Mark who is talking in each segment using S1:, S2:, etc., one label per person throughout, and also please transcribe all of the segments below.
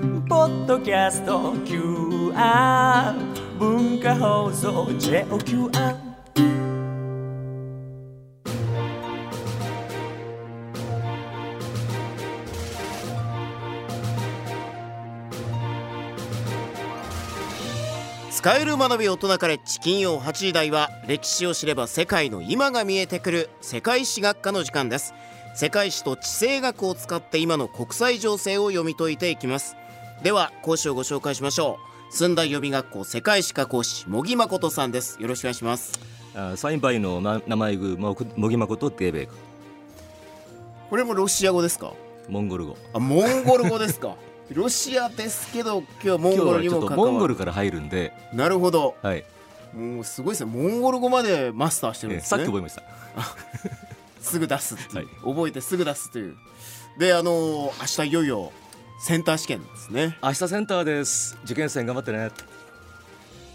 S1: ッドキャスト QR 文化放送 JOQR
S2: 使える学び大人カレッジ金曜8時台は歴史を知れば世界の今が見えてくる世界史学科の時間です世界史と地政学を使って今の国際情勢を読み解いていきますでは講師をご紹介しましょう駿台予備学校世界史科講師茂木誠さんですよろしくお願いします
S3: あサインバイのな名前具ももぎまことデーベイク
S2: これもロシア語ですか
S3: モンゴル語
S2: あモンゴル語ですか ロシアですけど今日はモン
S3: 今日
S2: ゴル
S3: は
S2: に
S3: ちょ
S2: も
S3: っと
S2: 関
S3: モ
S2: わ
S3: ン
S2: る
S3: ゴルから入るんで、
S2: なるほど
S3: はい、
S2: もうすごいですねモンゴル語までマスターしてるん
S3: え
S2: です
S3: さっ
S2: ね
S3: き覚えました
S2: すぐ出すっていう、
S3: は
S2: 覚えてすぐ出すというであのー明日いよいよセンター試験ですね
S3: 明日センターです受験生頑張ってね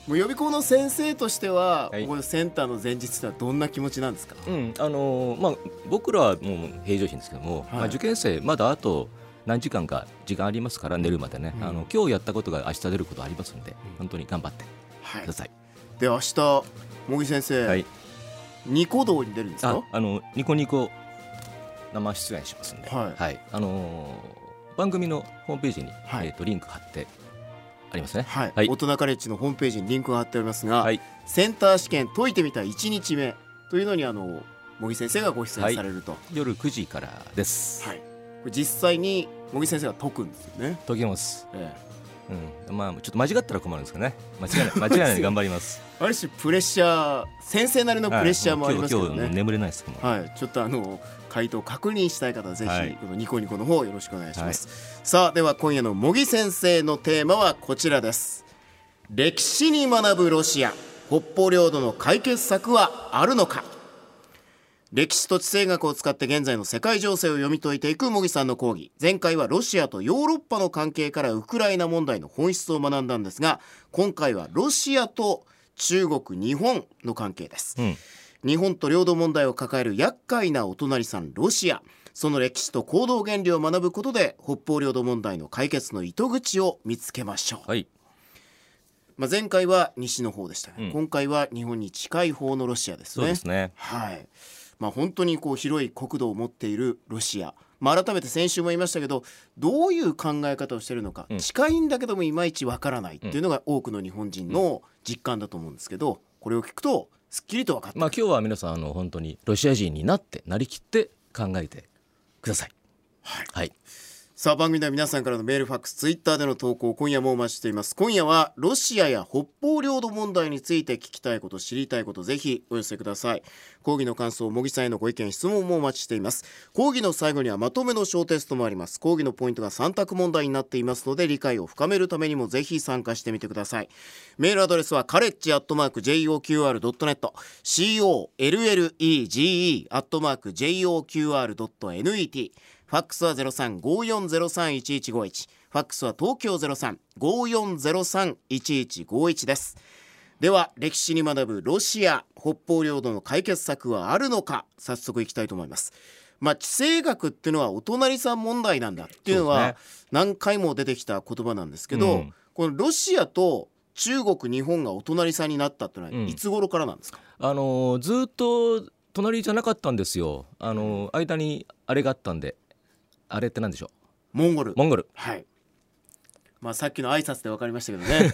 S2: もう予備校の先生としては、
S3: はい
S2: ここセンターの前日ってのはどんな気持ちなんですか
S3: うんあのーまあ僕らはもう平常心ですけども、
S2: はい
S3: まあ、受験生まだあと何時間か時間ありますから寝るまでね、
S2: うん
S3: あの今日やったことが明日出ることありますんで、本当に頑張って
S2: は
S3: く
S2: い
S3: ださい、
S2: で明日茂木先生、
S3: はい
S2: ニコ動に出るんです
S3: あ
S2: か
S3: あのニコニコ生出演しますんで、
S2: はい
S3: あのー番組のホームページに、
S2: はい
S3: えー、とリンク貼ってありますね。
S2: はい、
S3: はい
S2: 大人カレッジのホームページにリンクが貼っておりますが、
S3: はい
S2: センター試験解いてみた1日目というのにあの茂木先生がご出演されると、は
S3: 夜9時からです。
S2: いこれ実際に茂木先生が解くんですよね、
S3: 解けます。
S2: え
S3: うん。まあちょっと間違ったら困るんですけどね。間違 いない間違いないように頑張ります。
S2: えある種プレッシャー先生なりのプレッシャーも ありますけど
S3: はいもう今日今日
S2: ね
S3: 眠れないですけども。
S2: はい、ちょっとあの回答確認したい方はぜひ、
S3: はい
S2: このニコニコの方よろしくお願いします、さあでは今夜の茂木先生のテーマはこちらです歴史に学ぶロシア北方領土の解決策はあるのか歴史と地政学を使って現在の世界情勢を読み解いていく茂木さんの講義前回はロシアとヨーロッパの関係からウクライナ問題の本質を学んだんですが今回はロシアと中国日本の関係です、
S3: うん。
S2: 日本と領土問題を抱える厄介なお隣さんロシアその歴史と行動原理を学ぶことで北方領土問題の解決の糸口を見つけましょう、
S3: はい。
S2: まあ、前回は西の方でしたね、
S3: うん
S2: 今回は日本に近い方のロシアです
S3: そう
S2: ね
S3: ですね。
S2: はいまあ、本当にこう広い国土を持っているロシア、まあ、改めて先週も言いましたけどどういう考え方をしているのか、
S3: うん
S2: 近いんだけどもいまいちわからないっていうのが多くの日本人の実感だと思うんですけどこれを聞くとすっきりと分かった
S3: まあ今日は皆さんあの本当にロシア人になってなりきって考えてください。
S2: はい
S3: はい。
S2: さあ番組では皆さんからのメールファックスツイッターでの投稿を今夜もお待ちしています今夜はロシアや北方領土問題について聞きたいこと知りたいことぜひお寄せください講義の感想茂木さんへのご意見質問もお待ちしています講義の最後にはまとめの小テストもあります講義のポイントが3択問題になっていますので理解を深めるためにもぜひ参加してみてくださいメールアドレスはカレッジアットマーク JOQR.net COLLEGE アットマーク JOQR.net ファックスはゼロ三五四ゼロ三一一五一。ファックスは東京ゼロ三五四ゼロ三一一五一です。では歴史に学ぶロシア北方領土の解決策はあるのか早速いきたいと思います。まあ地政学っていうのはお隣さん問題なんだっていうの
S3: そう
S2: は
S3: で
S2: 何回も出てきた言葉なんですけど、
S3: うん
S2: このロシアと中国日本がお隣さんになったっていうの
S3: う
S2: は
S3: ん
S2: いつ頃からなんですか、
S3: あのーずーっと隣じゃなかったんですよ。あのー間にあれがあったんで、あれってなんでしょ
S2: モンゴル
S3: う。モンゴル。
S2: はいまあさっきの挨拶で分かりましたけど ね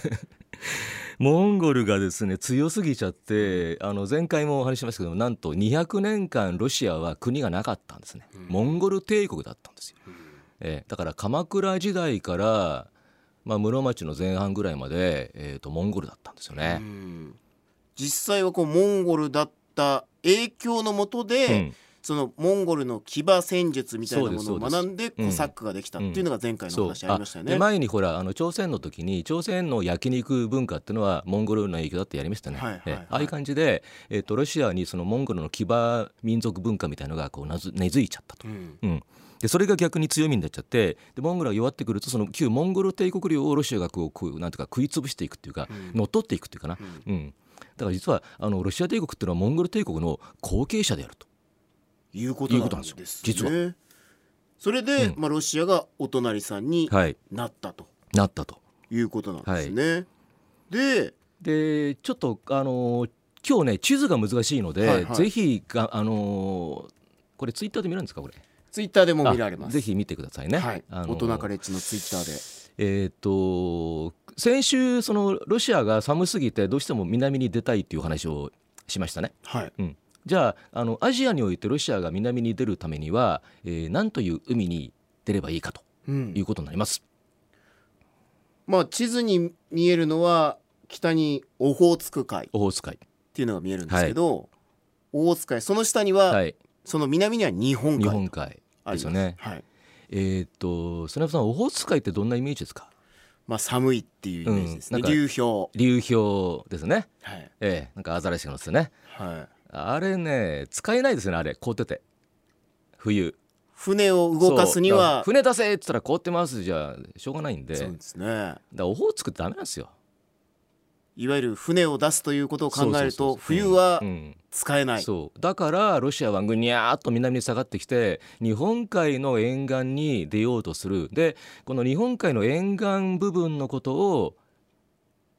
S3: モンゴルがですね強すぎちゃってあの前回もお話ししましたけどなんと200年間ロシアは国がなかったんですね、モンゴル帝国だったんですよ、えーだから鎌倉時代から、まあ、室町の前半ぐらいまで、えー、とモンゴルだったんですよね、
S2: うん実際はこうモンゴルだった影響のもとで、
S3: うん
S2: そのモンゴルの騎馬戦術みたいなものを
S3: そうですそ
S2: 学
S3: うん
S2: で
S3: う
S2: コ
S3: ん
S2: サックができたっていうのが前回の
S3: そう
S2: 話ありましたよ
S3: あ
S2: ね。
S3: で前にほらあの朝鮮の時に朝鮮の焼肉文化っていうのはモンゴルの影響だってやりましたね、
S2: はいはいはい
S3: えああいう感じで、えー、とロシアにそのモンゴルの騎馬民族文化みたいなのがこうなず根付いちゃったと。
S2: うん
S3: うん、でそれが逆に強みになっちゃってでモンゴルが弱ってくるとその旧モンゴル帝国領をロシアがこうこうなんとか食い潰していくっていうか、
S2: うん
S3: 乗っ取っていくっていうかな、うんだから実はあのロシア帝国っていうのはモンゴル帝国の後継者であると。
S2: いうことなんです
S3: いうことなん
S2: ね
S3: ですよ実
S2: それで、
S3: うん
S2: まあ、ロシアがお隣さんに
S3: はい、
S2: なったと。
S3: なったと。
S2: いうことなんですね。で、
S3: でちょっとあのー今日ね地図が難しいので、
S2: はいはい
S3: ぜひがあのーこれツイッターで見れるんですかこれ
S2: ツイッターでも見られます。
S3: ぜひ見てくださいね、
S2: はい、
S3: あの
S2: 大人カレッジのツイッターで。
S3: えっ、と先週そのロシアが寒すぎてどうしても南に出たいっていう話をしましたね、
S2: はい。
S3: うん、じゃああのアジアにおいてロシアが南に出るためには、えー、何という海に出ればいいかと
S2: うん
S3: いうことになります、
S2: まあ地図に見えるのは北にオホーツク海っ
S3: オホーツク海
S2: ていうのが見えるんですけど、オホーツク海その下には、
S3: はい
S2: その南には日本海
S3: 日
S2: とあり
S3: 本
S2: ま
S3: 海
S2: す
S3: ですよね
S2: はい。
S3: えっ、と砂山さんオホーツク海ってどんなイメージですか
S2: まあ寒いっていうイメージですね。
S3: うんなんか
S2: 流氷。
S3: 流氷ですね
S2: はい。
S3: ええなんかアザラシが乗っててね
S2: はい。
S3: あれね使えないですよねあれ凍ってて冬
S2: 船を動かすに
S3: そうだから
S2: は
S3: 船出せっつったら凍ってますじゃしょうがないんでだ
S2: そう
S3: か
S2: ですね。
S3: らオホーツクってダメなんですよ
S2: いわゆる船を出すということを考える
S3: そうそうそうそ
S2: と
S3: う
S2: 冬は
S3: うん
S2: 使えない。
S3: そうだからロシアはぐにゃーっと南に下がってきて日本海の沿岸に出ようとするでこの日本海の沿岸部分のことを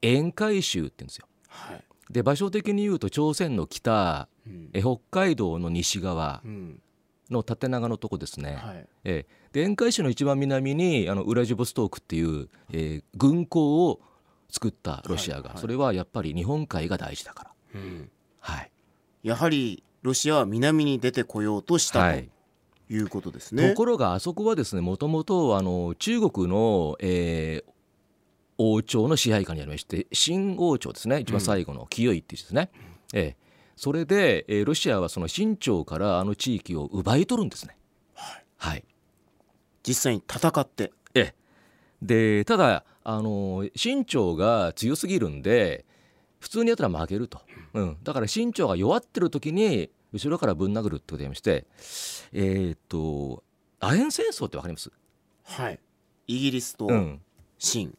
S3: 沿海州って言うんですよ
S2: はい。
S3: で場所的に言うと朝鮮の北
S2: うん
S3: え北海道の西側
S2: うん。
S3: の縦長のとこですね、
S2: はい。
S3: ええ、で沿海市の一番南にあのウラジボストークっていう、えー軍港を作ったロシアが、
S2: はいはい
S3: それはやっぱり日本海が大事だから、
S2: うん。
S3: はい
S2: やはりロシアは南に出てこようとした
S3: は
S2: と
S3: い
S2: いうことですね。
S3: ところがあそこはですねもともとあの中国の、えー王朝の支配下にありまして新王朝ですね一番最後の清いっていう字ですね、ええ、それで、えーロシアはその清朝からあの地域を奪い取るんですね。はい
S2: 実際に戦って。
S3: ええ、でただあの身長が強すぎるんで普通にやったら負けると、うん、だから身長が弱ってる時に後ろからぶん殴るってことやりましてえーっとアヘン戦争ってわかります、
S2: はい。イギリスと
S3: うん、
S2: 清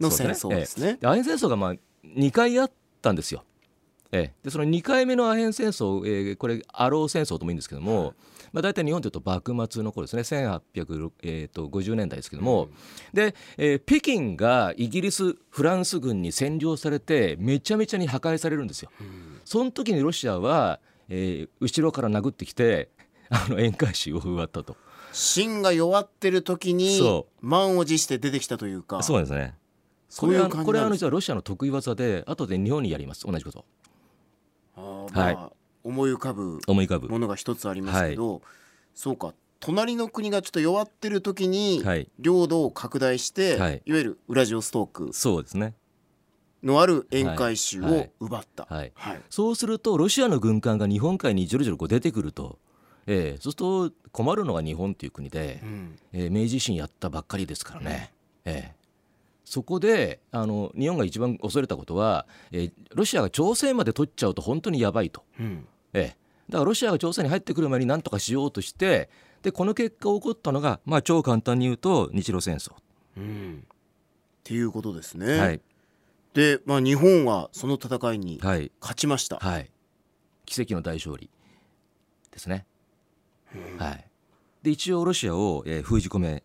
S2: の戦争ですね。
S3: でアヘン戦争がまあ2回あったんですよ。ええ、でその2回目のアヘン戦争、えーこれアロー戦争ともいいんですけども、まあ、大体日本でいうと幕末の頃ですね1850、えーと50年代ですけども、で、えー北京がイギリスフランス軍に占領されてめちゃめちゃに破壊されるんですよ。その時にロシアは、えー後ろから殴ってきてあの宴会誌を奪ったと。
S2: 清が弱ってる時に
S3: そ
S2: 満を持して出てきたというか、
S3: そうなんですね
S2: そ
S3: こ
S2: うい
S3: れ
S2: う
S3: は
S2: 感じなんです
S3: これはあの実はロシアの得意技で後で日本にやります同じこと
S2: あーまあ
S3: は
S2: 思い浮かぶ
S3: 思い浮かぶ
S2: も。のが一つありますけど、そうか。隣の国がちょっと弱ってる時に
S3: はい
S2: 領土を拡大して、
S3: はいい、
S2: わゆるウラジオストーク
S3: そうですね。
S2: のある沿海州を奪った。
S3: はいはい
S2: はい
S3: そうするとロシアの軍艦が日本海にじょろじょろこう出てくると、ええ、そうすると困るのが日本という国で
S2: う、ん
S3: ええ明治維新やったばっかりですからね。ええ、そこであの日本が一番恐れたことは、ええロシアが朝鮮まで取っちゃうと本当にやばいと。
S2: うん
S3: ええ、だからロシアが朝鮮に入ってくる前に何とかしようとしてでこの結果起こったのが、まあ、超簡単に言うと日露戦争。
S2: うんっていうことですね。
S3: はい
S2: で、まあ、日本はその戦いに
S3: はい
S2: 勝ちました。
S3: はい、奇跡の大勝利ですね。はい、で一応ロシアを、えー封じ込め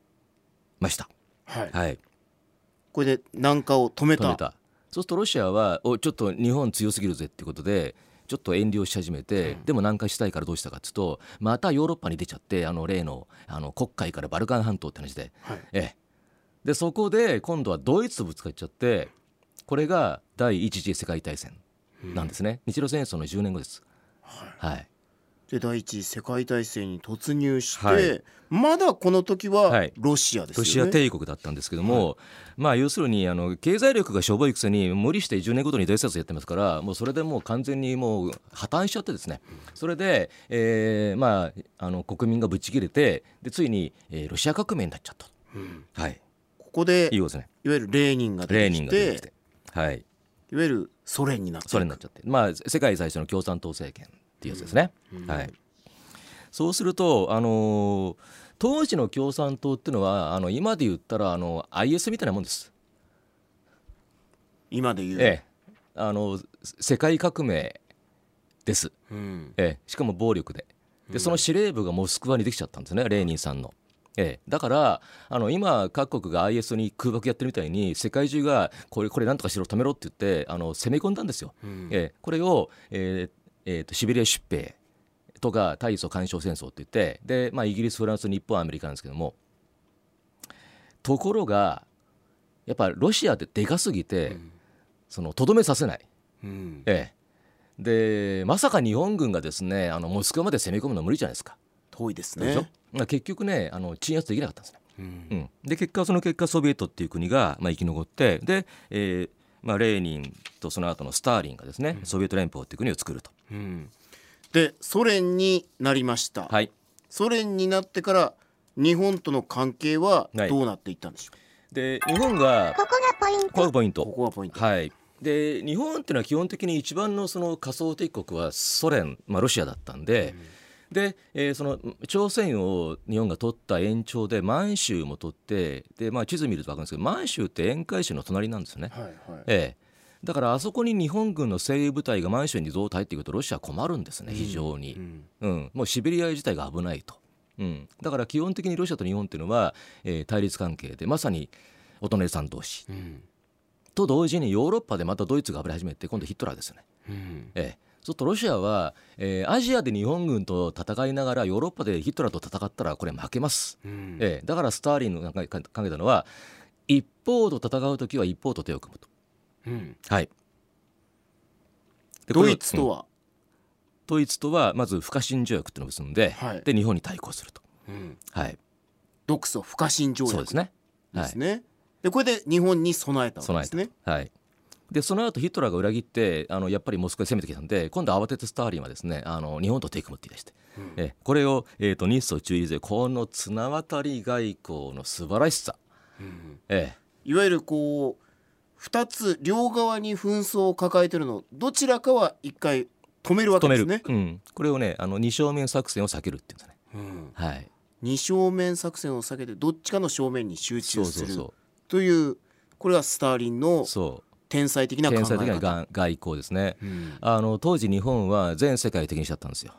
S3: ました。
S2: はい
S3: はい、
S2: これで南下を止めた
S3: 止めた。そうするとロシアはおちょっと日本強すぎるぜってことでちょっと遠慮し始めて、でも南下したいからどうしたかっつうとまたヨーロッパに出ちゃってあの例のあの黒海からバルカン半島って話で、
S2: はい
S3: ええ、でそこで今度はドイツとぶつかっちゃってこれが第一次世界大戦なんですね、日露戦争の10年後です。はい
S2: で第一次世界大戦に突入して、
S3: はい
S2: まだこの時
S3: は
S2: はいロシアですよね、
S3: ロシア帝国だったんですけども、まあ要するにあの経済力がしょぼいくせに無理して10年ごとに大殺やってますからもうそれでもう完全にもう破綻しちゃってですねそれで、えーまああの国民がぶち切れてでついに、えーロシア革命になっちゃったと、はい
S2: ここで
S3: いうことですね
S2: いわゆるレーニンが
S3: レ
S2: 出て
S3: ーニン
S2: き
S3: が出て
S2: て
S3: きてはい
S2: いわゆるソ連になっていく
S3: それになっちゃってまあ世界最初の共産党政権っていうやつですね、はいそうするとあのー当時の共産党っていうのはあの今で言ったらあの IS みたいなもんです
S2: 今で言う、
S3: ええ、あのせ世界革命です、
S2: うん
S3: ええ、しかも暴力ででその司令部がモスクワにできちゃったんですねレーニンさんの。ええ、だからあの今各国が IS に空爆やってるみたいに世界中がこれこれなんとかしろ止めろって言ってあの攻め込んだんですよ、
S2: うん
S3: ええこれを、えーえーとシベリア出兵とか大蘇干渉戦争って言ってで、まあ、イギリスフランス日本アメリカなんですけどもところがやっぱロシアってでかすぎてそのとどめさせない、
S2: うん
S3: ええ、でまさか日本軍がですねあのモスクワまで攻め込むのは無理じゃないですか。
S2: 遠いです
S3: でしょ
S2: ね。
S3: まあ結局ねあの鎮圧できなかったんですね。
S2: うん
S3: うん、で結果その結果ソビエトっていう国が、まあ、生き残ってで、えーまあ、レーニンとその後のスターリンがですね、ソビエト連邦っていう国を作ると。
S2: うんでソ連になりました、
S3: はい
S2: ソ連になってから日本との関係は
S3: はい
S2: どうなっていったんでしょうか、
S3: で日本が
S4: ここがポイン
S3: こ
S4: ト
S3: れがポイント
S2: ここがポイント、
S3: はい、で日本っていうのは基本的に一番のその仮想敵国はソ連、まあ、ロシアだったんで,、でえーその朝鮮を日本が取った延長で満州も取ってで、まあ、地図見ると分かるんですけど満州って沿海州の隣なんですよね。
S2: はいはい
S3: ええだからあそこに日本軍の精鋭部隊が満州に増大っていくとロシアは困るんですね非常に、
S2: うん
S3: うん、もうシベリア自体が危ないと、うん、だから基本的にロシアと日本っていうのは、えー対立関係でまさにお隣さん同士
S2: うん
S3: と同時にヨーロッパでまたドイツが暴れ始めて今度ヒットラーですよね。
S2: うん
S3: ええ、そうするとロシアは、えーアジアで日本軍と戦いながらヨーロッパでヒットラーと戦ったらこれ負けます。
S2: うん
S3: ええ、だからスターリンの考え考えたのは一方と戦う時は一方と手を組むと。
S2: うん
S3: はい、で
S2: ドイツと
S3: これ
S2: は、
S3: うんドイツとはまず不可侵条約っていうのを結んで,、
S2: はい
S3: で日本に対抗すると。
S2: うん
S3: はい、
S2: 独ソ不可侵条
S3: そう
S2: 約
S3: ですね。
S2: で
S3: はい
S2: すねでこれで日本に備えたわけで
S3: 備え
S2: す
S3: た
S2: ね
S3: はい、でその後ヒトラーが裏切ってあのやっぱりモスクワに攻めてきたんで今度慌ててスターリンはですねあの日本と手組むって言い出して、えこれを、えー、と日ソ中立でこの綱渡り外交の素晴らしさ、ええ
S2: いわゆるこう二つ両側に紛争を抱えてるのどちらかは一回止めるわけ
S3: 止
S2: で
S3: め
S2: す
S3: る、
S2: ね
S3: うん、これをねあの二正面作戦を避けるっていうんですね。
S2: うん
S3: はい、
S2: 二正面作戦を避けてどっちかの正面に集
S3: そ
S2: 中
S3: う
S2: す
S3: そう
S2: る
S3: そ
S2: というこれはスターリンの
S3: うそ
S2: 天才的
S3: う
S2: な考え
S3: 天
S2: 方
S3: 才的ながん外交ですね、
S2: うん
S3: あの当時日本は全世界的にしちゃったんですよ、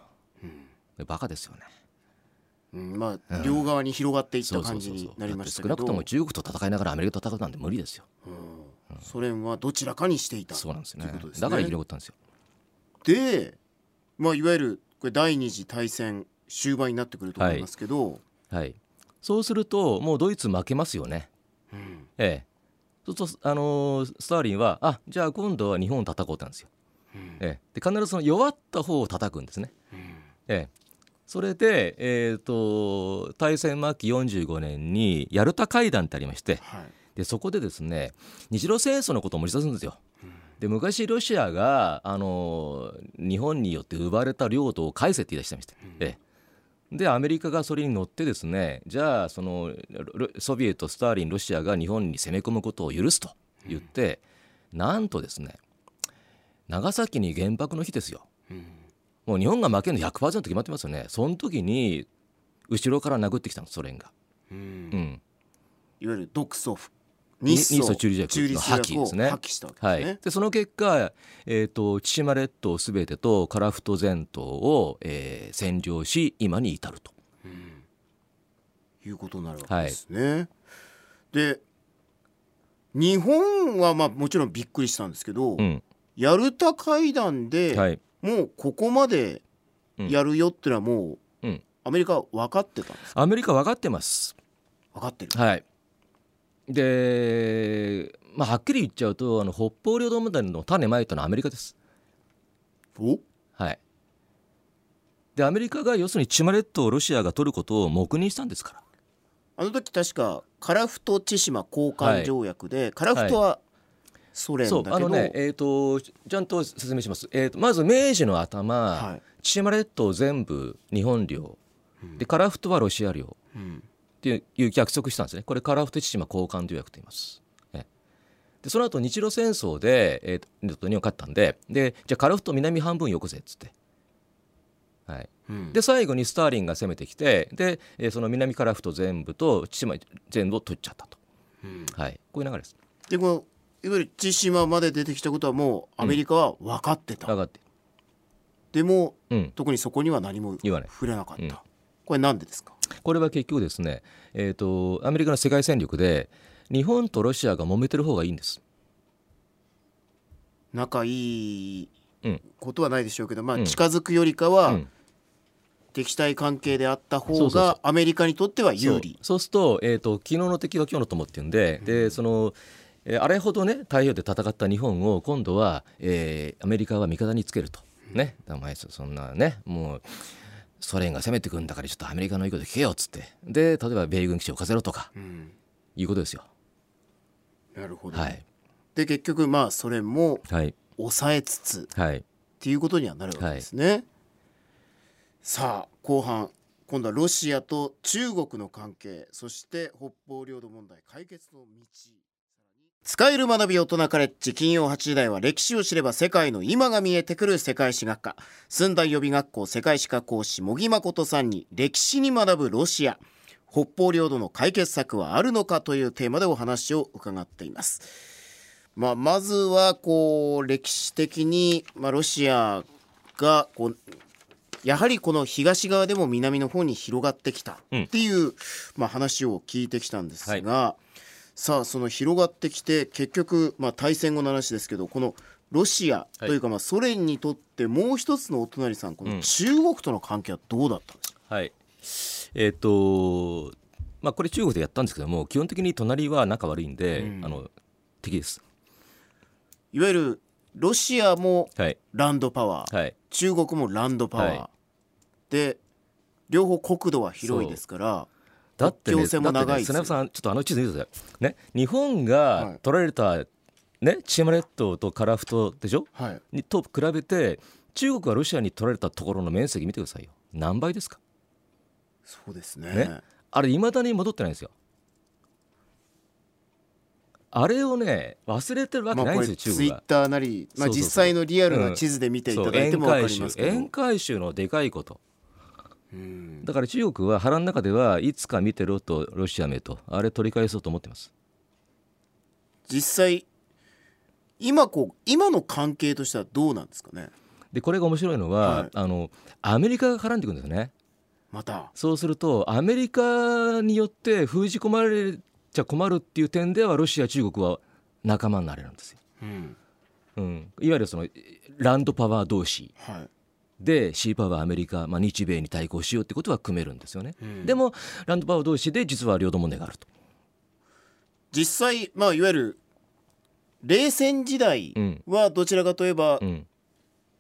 S3: でバカですよね
S2: うんまあ、両側に広がっていっ
S3: そ
S2: た
S3: うそ
S2: 感
S3: うそ
S2: じ
S3: う
S2: に
S3: そう
S2: なりましたけ
S3: だ
S2: ど
S3: って少なくとも中国と戦いながらアメリカと戦うなんて無理ですよ
S2: うんソ連はどちらかにしていた
S3: そうなんですよ
S2: と
S3: ね
S2: いうことですね
S3: だから生き残ったんですよ
S2: で、まあ、いわゆるこれ第二次大戦終盤になってくると思いますけど、
S3: はいそうするともうドイツ負けますよね
S2: うん
S3: ええそうすると、あのースターリンはあじゃあ今度は日本を叩こうってなんですよ、
S2: うん
S3: ええ、で必ずその弱った方を叩くんですね、
S2: うん
S3: ええ、それで、えー、と大戦末期45年にヤルタ会談ってありまして、
S2: はい
S3: でそこでですね日露戦争のことを持ち出すんですよ。で昔ロシアがあの日本によって奪われた領土を返せって言い出してまして、ええでアメリカがそれに乗ってですねじゃあそのロソビエトスターリンロシアが日本に攻め込むことを許すと言って、なんとですね長崎に原爆の日ですよもう日本が負けるの100%決まってますよねその時に後ろから殴ってきたのソ連が。
S2: うん
S3: うん、
S2: いわゆる独ソフ
S3: に
S2: 日ソ
S3: 日ソ中立条約
S2: 中立条約
S3: の破棄
S2: を
S3: ですね
S2: 破棄したわけ
S3: は
S2: ですね
S3: い、、でその結果、えー、と千島列島すべてと樺太全島を、えー占領し今に至ると
S2: い、うことになるわけですね。で日本はまあもちろんびっくりしたんですけど、
S3: うん
S2: ヤルタ会談で、
S3: はい
S2: もうここまでやるよってのはもう、
S3: うん
S2: アメリカは分かってたんです
S3: アメリカ分かってます
S2: 分かってる、
S3: はいで、まあ、はっきり言っちゃうとあの北方領土問題の種まいたのはアメリカです
S2: お
S3: はいでアメリカが要するに千島列島をロシアが取ることを黙認したんですから
S2: あの時確か樺太千島交換条約で、樺太はソ連だ
S3: そう
S2: けど、
S3: あのねえっ、とちゃんと説明します、えー、とまず明治の頭、
S2: はい
S3: 千島列島全部日本領で樺太はロシア領
S2: うん
S3: っていういう約束したんですねこれ樺太千島交換条約と言います。えでその後日露戦争で、えーとえーと日本勝ったんででじゃあ樺太南半分よこせっつって、はい、
S2: うん
S3: で最後にスターリンが攻めてきてで、えーその南樺太全部と千島全部を取っちゃったと、
S2: うん
S3: はい、こういう流れです。
S2: でこのいわゆる千島まで出てきたことはもうアメリカは分かってた、
S3: 上がって、
S2: でも
S3: うん、
S2: 特にそこには何も
S3: 言わない
S2: 触れなかった、
S3: うん
S2: これなんでですか
S3: これは結局ですね、えーと、アメリカの世界戦力で、日本とロシアが揉めてる方がいいんです。
S2: 仲いい
S3: うん
S2: ことはないでしょうけど、ま
S3: う
S2: あ、
S3: ん
S2: 近づくよりか
S3: う
S2: は
S3: ん
S2: 敵対関係であった
S3: そ
S2: 方
S3: うそうそう
S2: がアメリカにとっては有利。
S3: そうそうすると,、えー、と昨日の敵は今日の友っていうんで,、でそのえーあれほどね太平洋で戦った日本を今度は、えーアメリカは味方につけると、ねだからお前そそんなねもうソ連が攻めてくるんだからちょっとアメリカの言うこと聞けよっつってで例えば米軍基地を置かせろとか
S2: うん
S3: いうことですよ。
S2: なるほど、
S3: はい、
S2: で結局まあソ連も
S3: はい、
S2: 抑えつつ
S3: はい
S2: っていうことにはなるわけですね。さあ後半今度はロシアと中国の関係そして北方領土問題解決の道使える学び大人カレッジ金曜8時台は歴史を知れば世界の今が見えてくる世界史学科駿台予備学校世界史科講師茂木誠さんに歴史に学ぶロシア北方領土の解決策はあるのかというテーマでお話を伺っています。まあ、まずはこう歴史的に、まあ、ロシアがこうやはりこの東側でも南の方に広がってきたっていう、まあ、話を聞いてきたんですが、さあその広がってきて結局、まあ、大戦後の話ですけどこのロシアというか、まあ、ソ連にとってもう一つのお隣さんこの中国との関係はどうだったんですか、
S3: はい、えっ、とまあこれ中国でやったんですけども基本的に隣は仲悪いんで、あの敵です。
S2: いわゆるロシアも
S3: はい、
S2: ランドパワー、
S3: はい
S2: 中国もランドパワー、
S3: は
S2: で両方国土は広いですから
S3: だってね、
S2: 国境線も長いです
S3: だ
S2: よ
S3: ってね砂山さん、ちょっとあの地図見てください。ね、日本
S2: はい
S3: が取られた、ね、千島列島と樺太でしょ
S2: はい
S3: にと比べて、中国がロシアに取られたところの面積見てくださいよ。何倍ですか。
S2: そうですね
S3: ね、あれ、未だに戻ってないんですよ。あれをね、忘れてるわ
S2: ま
S3: け
S2: あ
S3: ないん
S2: こ
S3: で
S2: れ
S3: すよ、
S2: ツ
S3: 中
S2: イ
S3: 国
S2: ッ
S3: が。
S2: ターなり、まあ、
S3: そうそうそう
S2: 実際のリアルな地図で見ていただいても分かりますけど、
S3: 宴会州のでかいこと
S2: うん
S3: だから中国は腹の中ではいつか見てろとロシアめとあれ取り返そうと思ってます
S2: 実際今こう今の関係としてはどうなんですかね
S3: でこれが面白いのは、
S2: はい
S3: あのアメリカが絡んでくるんですよね
S2: また
S3: そうするとアメリカによって封じ込まれちゃ困るっていう点ではロシア中国は仲間になれるんですよ、
S2: うん
S3: うん、いわゆるそのランドパワー同士
S2: はい
S3: でシーパワーアメリカ、まあ、日米に対抗しようってことは組めるんですよね、
S2: ん
S3: でもランドパワー同士で実は領土問題があると、
S2: 実際まあいわゆる冷戦時代
S3: うん
S2: はどちらかといえば
S3: うん、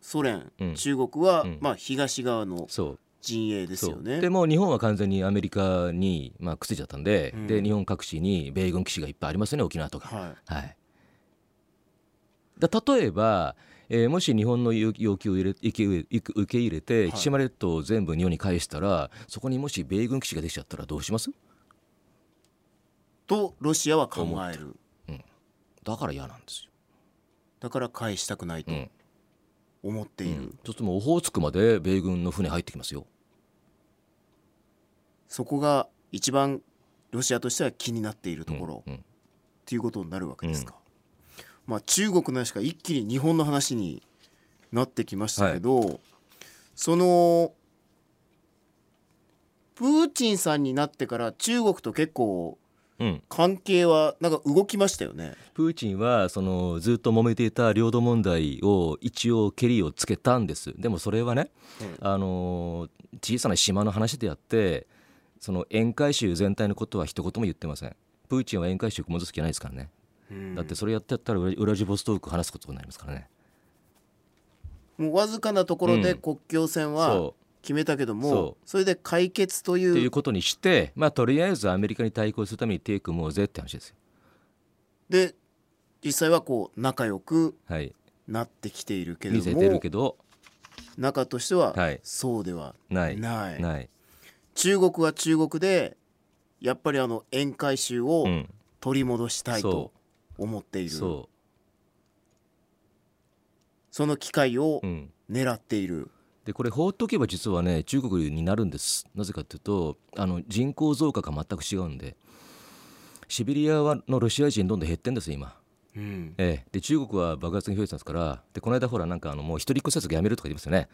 S2: ソ連、
S3: うん
S2: 中国は、
S3: ん
S2: まあ、東側の
S3: そう
S2: 陣営ですよ
S3: そ
S2: ね
S3: うでもう日本は完全にアメリカに、まあ、くっついちゃったんで,、
S2: うん
S3: で日本各地に米軍基地がいっぱいありますよね沖縄とか、
S2: は
S3: はい、だ例えば、えーもし日本の要要求を入れ受け入れ受け入れて千島列島を全部日本に返したら、そこにもし米軍基地ができちゃったらどうします
S2: とロシアは考える
S3: だから嫌なんですよ。
S2: だから返したくないと
S3: うん
S2: 思っている、
S3: ちょっともうオホーツクまで米軍の船入ってきますよ。
S2: そこが一番ロシアとしては気になっているところ、
S3: うん
S2: っていうことになるわけですか、まあ、中国の話から一気に日本の話になってきましたけど、そのプーチンさんになってから中国と結構
S3: うん、
S2: 関係はなんか動きましたよね。
S3: プーチンはそのずっと揉めていた領土問題を一応けりをつけたんですでもそれはね、あの小さな島の話であってその沿海州全体のことは一言も言ってませんプーチンは沿海州戻す気ないですからね、だってそれやってやったらウラウラジボストーク話すことになりますからね
S2: もうわずかなところで
S3: うん
S2: 国境線は
S3: そ
S2: 決めたけども
S3: そ、
S2: それで解決と
S3: うって
S2: い
S3: いううことにしてまあとりあえずアメリカに対抗するために手組もうぜって話ですよ
S2: で実際はこう仲良く
S3: はい
S2: なってきているけれ
S3: 見
S2: ど
S3: せてる
S2: も
S3: けど
S2: 中としては
S3: はい
S2: そうでは
S3: ない
S2: ない
S3: ない、
S2: 中国は中国でやっぱりあの宴会集を
S3: うん、
S2: 取り戻したいと
S3: そ
S2: 思っていうる、
S3: そ
S2: その機会を
S3: ううん
S2: 狙っている、
S3: でこれ放っておけば実はね中国になるんですなぜかというとあの人口増加が全く違うんでシベリアはのロシア人どんどん減ってんですよ今、ええ、で中国は爆発的に増えてたんですからでこの間ほらなんかあのもう一人っ子政策やめるとか言いますよね、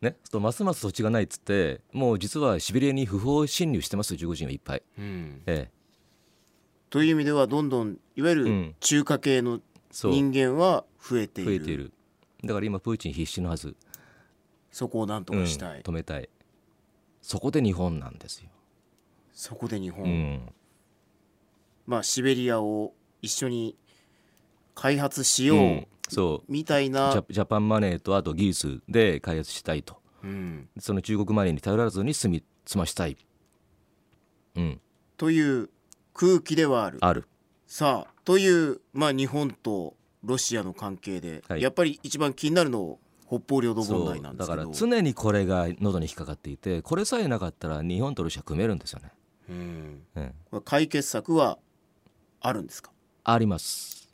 S3: ね、そうするとますます土地がないっつってもう実はシベリアに不法侵入してますよ中国人はいっぱい、
S2: うん
S3: ええ、
S2: という意味ではどんどんいわゆ
S3: う
S2: る
S3: ん
S2: 中華系の
S3: そう
S2: 人間は増えてい
S3: 増
S2: る,、
S3: えているだから今プーチン必死のはず、
S2: そこをなんと
S3: うん
S2: かしたい、
S3: 止めたいそこで日本なんですよ、
S2: そこで日本、
S3: うん
S2: まあシベリアを一緒に開発しよう、
S3: うんそう
S2: みたい
S3: ジャ
S2: な、
S3: ジャパンマネーとあと技術で開発したいと
S2: うん、
S3: その中国マネーに頼らずに済み済ましたい、うん、
S2: という空気ではある
S3: ある
S2: さあという、まあ、日本とロシアの関係で、
S3: はい
S2: やっぱり一番気になるの北方領土問題なんで
S3: だ
S2: すけ
S3: か
S2: ど
S3: ら常にこれが喉に引っかかっていてこれさえなかったら日本とロシア組めるんですよね、
S2: うん、
S3: うん、
S2: これ解決策はあるんですか
S3: あります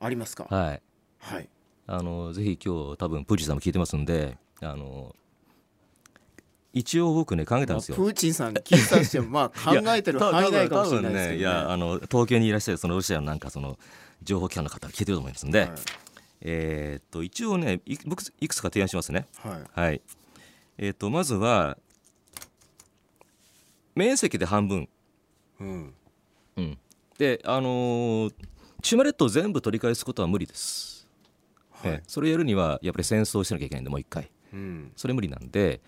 S2: ありますかはい、
S3: はいあのぜひ今日多分プーチンさんも聞いてますんであの一応僕ね考えた
S2: ま
S3: ん
S2: あ、
S3: で
S2: プ
S3: すよ、
S2: ーチンさん聞いたとしてもまあ考えてる
S3: や
S2: 範囲内かもしれ
S3: 多分
S2: ないです
S3: ねい
S2: けど、ね
S3: やあの東京にいらっしゃるそのロシアのなんかその情報機関の方が聞いてると思いますんで、
S2: はい
S3: えーっと一応ねいく僕いくつか提案しますね
S2: はい
S3: はいえーっとまずは面積で半分
S2: うん、
S3: うんであのー千島列島全部取り返すことは無理です、
S2: はい
S3: ええそれやるにはやっぱり戦争をしなきゃいけないんでもう一回
S2: うん
S3: それ無理なんで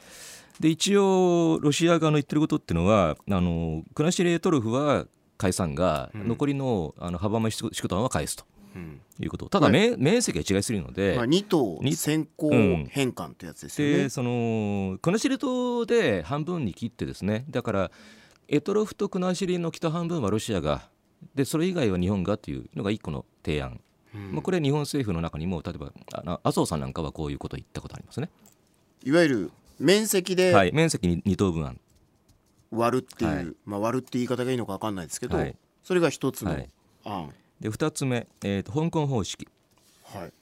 S3: で一応ロシア側の言ってることっていうのはあのクナシレトルフは解散が、
S2: ん
S3: 残りのあのハバマシクタンは返すと
S2: うん
S3: いうことただ、
S2: はい
S3: 面面積が違いすぎるので,、
S2: まあ、2島
S3: に
S2: 先行
S3: うん
S2: 返還ってやつですよね
S3: で、そのクナシレ島で半分に切ってですねだからエトロフとクナシレの北半分はロシアがでそれ以外は日本がというのが一個の提案、
S2: うん
S3: まあ、これ日本政府の中にも例えばあの麻生さんなんかはこういうことを言ったことありますね、
S2: いわゆる面積で
S3: はい、面積に2等分案
S2: 割るっていう、
S3: はい
S2: まあ割るって言い方がいいのか分かんないですけど、
S3: はい
S2: それが一つの
S3: はい
S2: 案
S3: で2つ目、えー、と香港方式
S2: はい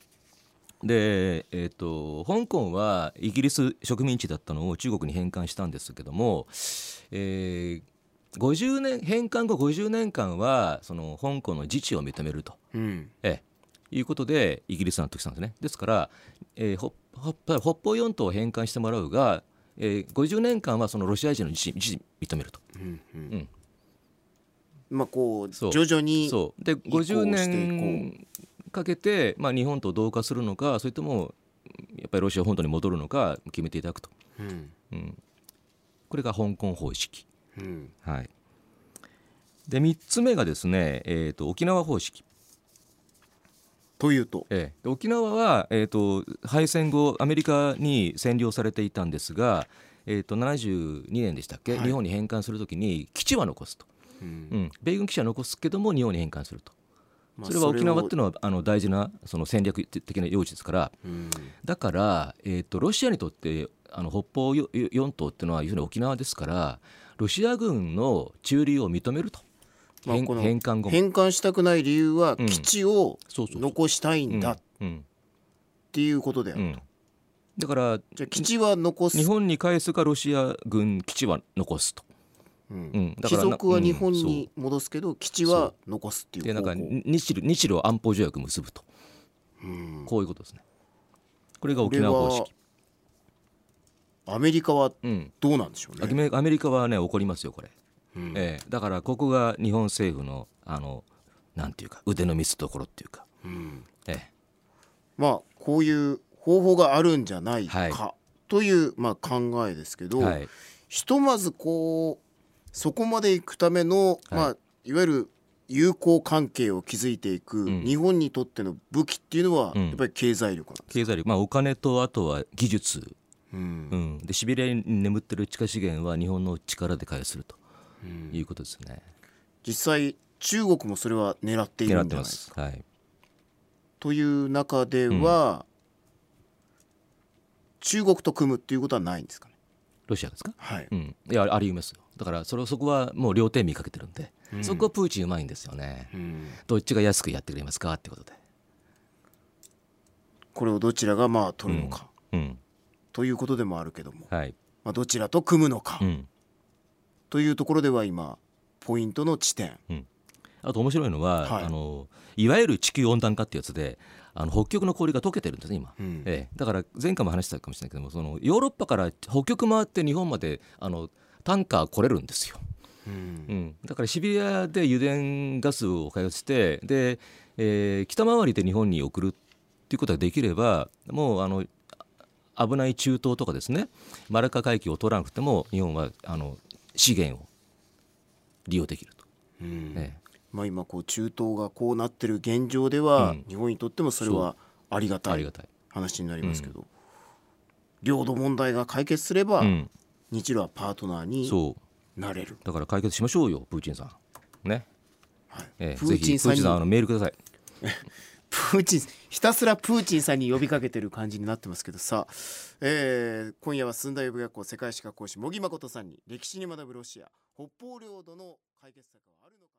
S3: で、えー、と香港はイギリス植民地だったのを中国に返還したんですけども、えー50年返還後50年間はその香港の自治を認めると、
S2: うん
S3: ええいうことでイギリスになってきたんですねですから、えーほほ北方四島を返還してもらうが、えー、50年間はそのロシア人の自治自治認めると。
S2: うんうん
S3: ん
S2: まあこう
S3: そう
S2: 徐々に
S3: そうで
S2: 移行していこう
S3: 50年かけて、まあ、日本と同化するのかそれともやっぱりロシア本土に戻るのか決めていただくと
S2: うん
S3: これが香港方
S2: う
S3: 式、
S2: ん
S3: はい、で3つ目がですね、えー、と沖縄方式、
S2: というと
S3: ええで沖縄は、えー、と敗戦後アメリカに占領されていたんですが、えー、と72年でしたっけ、
S2: はい
S3: 日本に返還するときに基地は残すと、うん、米軍基地は残すけども日本に返還すると。
S2: まあ
S3: それは沖縄っていう
S2: の
S3: のはあの大事なその戦略的な用地ですから
S2: うん
S3: だから、えー、とロシアにとってあの北方よよ四島っていうのは要するに沖縄ですからロシア軍の駐留を認めると、
S2: まあ
S3: 返
S2: この
S3: 返還後も、
S2: 返還したくない理由は
S3: うん
S2: 基地を
S3: そうそうそう
S2: 残したい
S3: うん
S2: だっ
S3: うん
S2: ていうことであ
S3: う
S2: る
S3: ん、だから
S2: じゃあ基地は残す
S3: 日本に返すかロシア軍基地は残すと。
S2: うん
S3: うんだか
S2: 貴
S3: らな
S2: 族は日本
S3: うん
S2: に戻すけど基地は残すってい
S3: で
S2: う
S3: なん
S2: 方
S3: か
S2: 向
S3: 日露日露安保条約結ぶと、
S2: ん
S3: こういうことですね。これが
S2: こ
S3: 沖
S2: れ
S3: 縄方
S2: は
S3: 式。
S2: アメリカは
S3: うん
S2: どうなんでしょう
S3: ア
S2: ね
S3: メアメリカはね怒りますよこれ、ええだからここが日本政府のあのなんていうか腕の見せ所っていうか、え
S2: まあこういう方法があるんじゃない
S3: はい
S2: かというまあ考えですけ
S3: え
S2: ど
S3: はい、
S2: ひとまずこうそこまで行くための、いまあ、いわゆる友好関係を築いていく、
S3: ん
S2: 日本にとっての武器っていうのは、
S3: うん
S2: やっぱり経済力なんです、
S3: 経済力、まあ、お金とあとは技術、
S2: うん
S3: うん、でシベリアに眠ってる地下資源は日本の力で回収するということですね、
S2: 実際中国もそれは狙っている
S3: 狙っ
S2: んじゃ
S3: て
S2: ない
S3: ま
S2: です
S3: す
S2: か。
S3: はい
S2: という中では、中国と組むっていうことはないんですかね。
S3: ロシアですか
S2: はい
S3: うん、いやあり得ますよだからそれそこはもう両手見かけてるんで、そこはプーチンうまいんですよね、どっちが安くやってくれますかってことで、
S2: これをどちらがまあ取るのか、
S3: うん、
S2: ということでもあるけども、
S3: はい、
S2: まあ、どちらと組むのか、
S3: うん、
S2: というところでは今ポイントの地点、
S3: うんあと面白いのは、
S2: はい
S3: い、あのいわゆる地球温暖化ってやつであの北極の氷が溶けてるんですね今、
S2: うん
S3: ええ、だから前回も話したかもしれないけどもそのヨーロッパから北極回って日本まであのタンカー来れるんですよ、
S2: うん
S3: うん、だからシベリアで油田ガスを開発してで、えー北回りで日本に送るっていうことができればもうあのあ危ない中東とかですねマラッカ海峡を通らなくても日本はあの資源を利用できると。
S2: うん
S3: ええ
S2: まあ、今こう中東がこうなってる現状では、
S3: うん
S2: 日本にとってもそれはありがた
S3: あり
S2: い
S3: がたい。
S2: 話になりますけど、領土問題が解決すれば、
S3: うん、
S2: 日露はパートナーに
S3: そう
S2: なれる、
S3: だから解決しましょうよプーチンさん。ね。
S2: はい
S3: ええ
S2: プーチンさん
S3: ぜひプー
S2: に
S3: チンさんあのメールください。
S2: プーチンひたすらプーチンさんに呼びかけてる感じになってますけどさ、えー今夜は駿台予備学校世界史学講師茂木誠さんに歴史に学ぶロシア北方領土の解決策はあるのか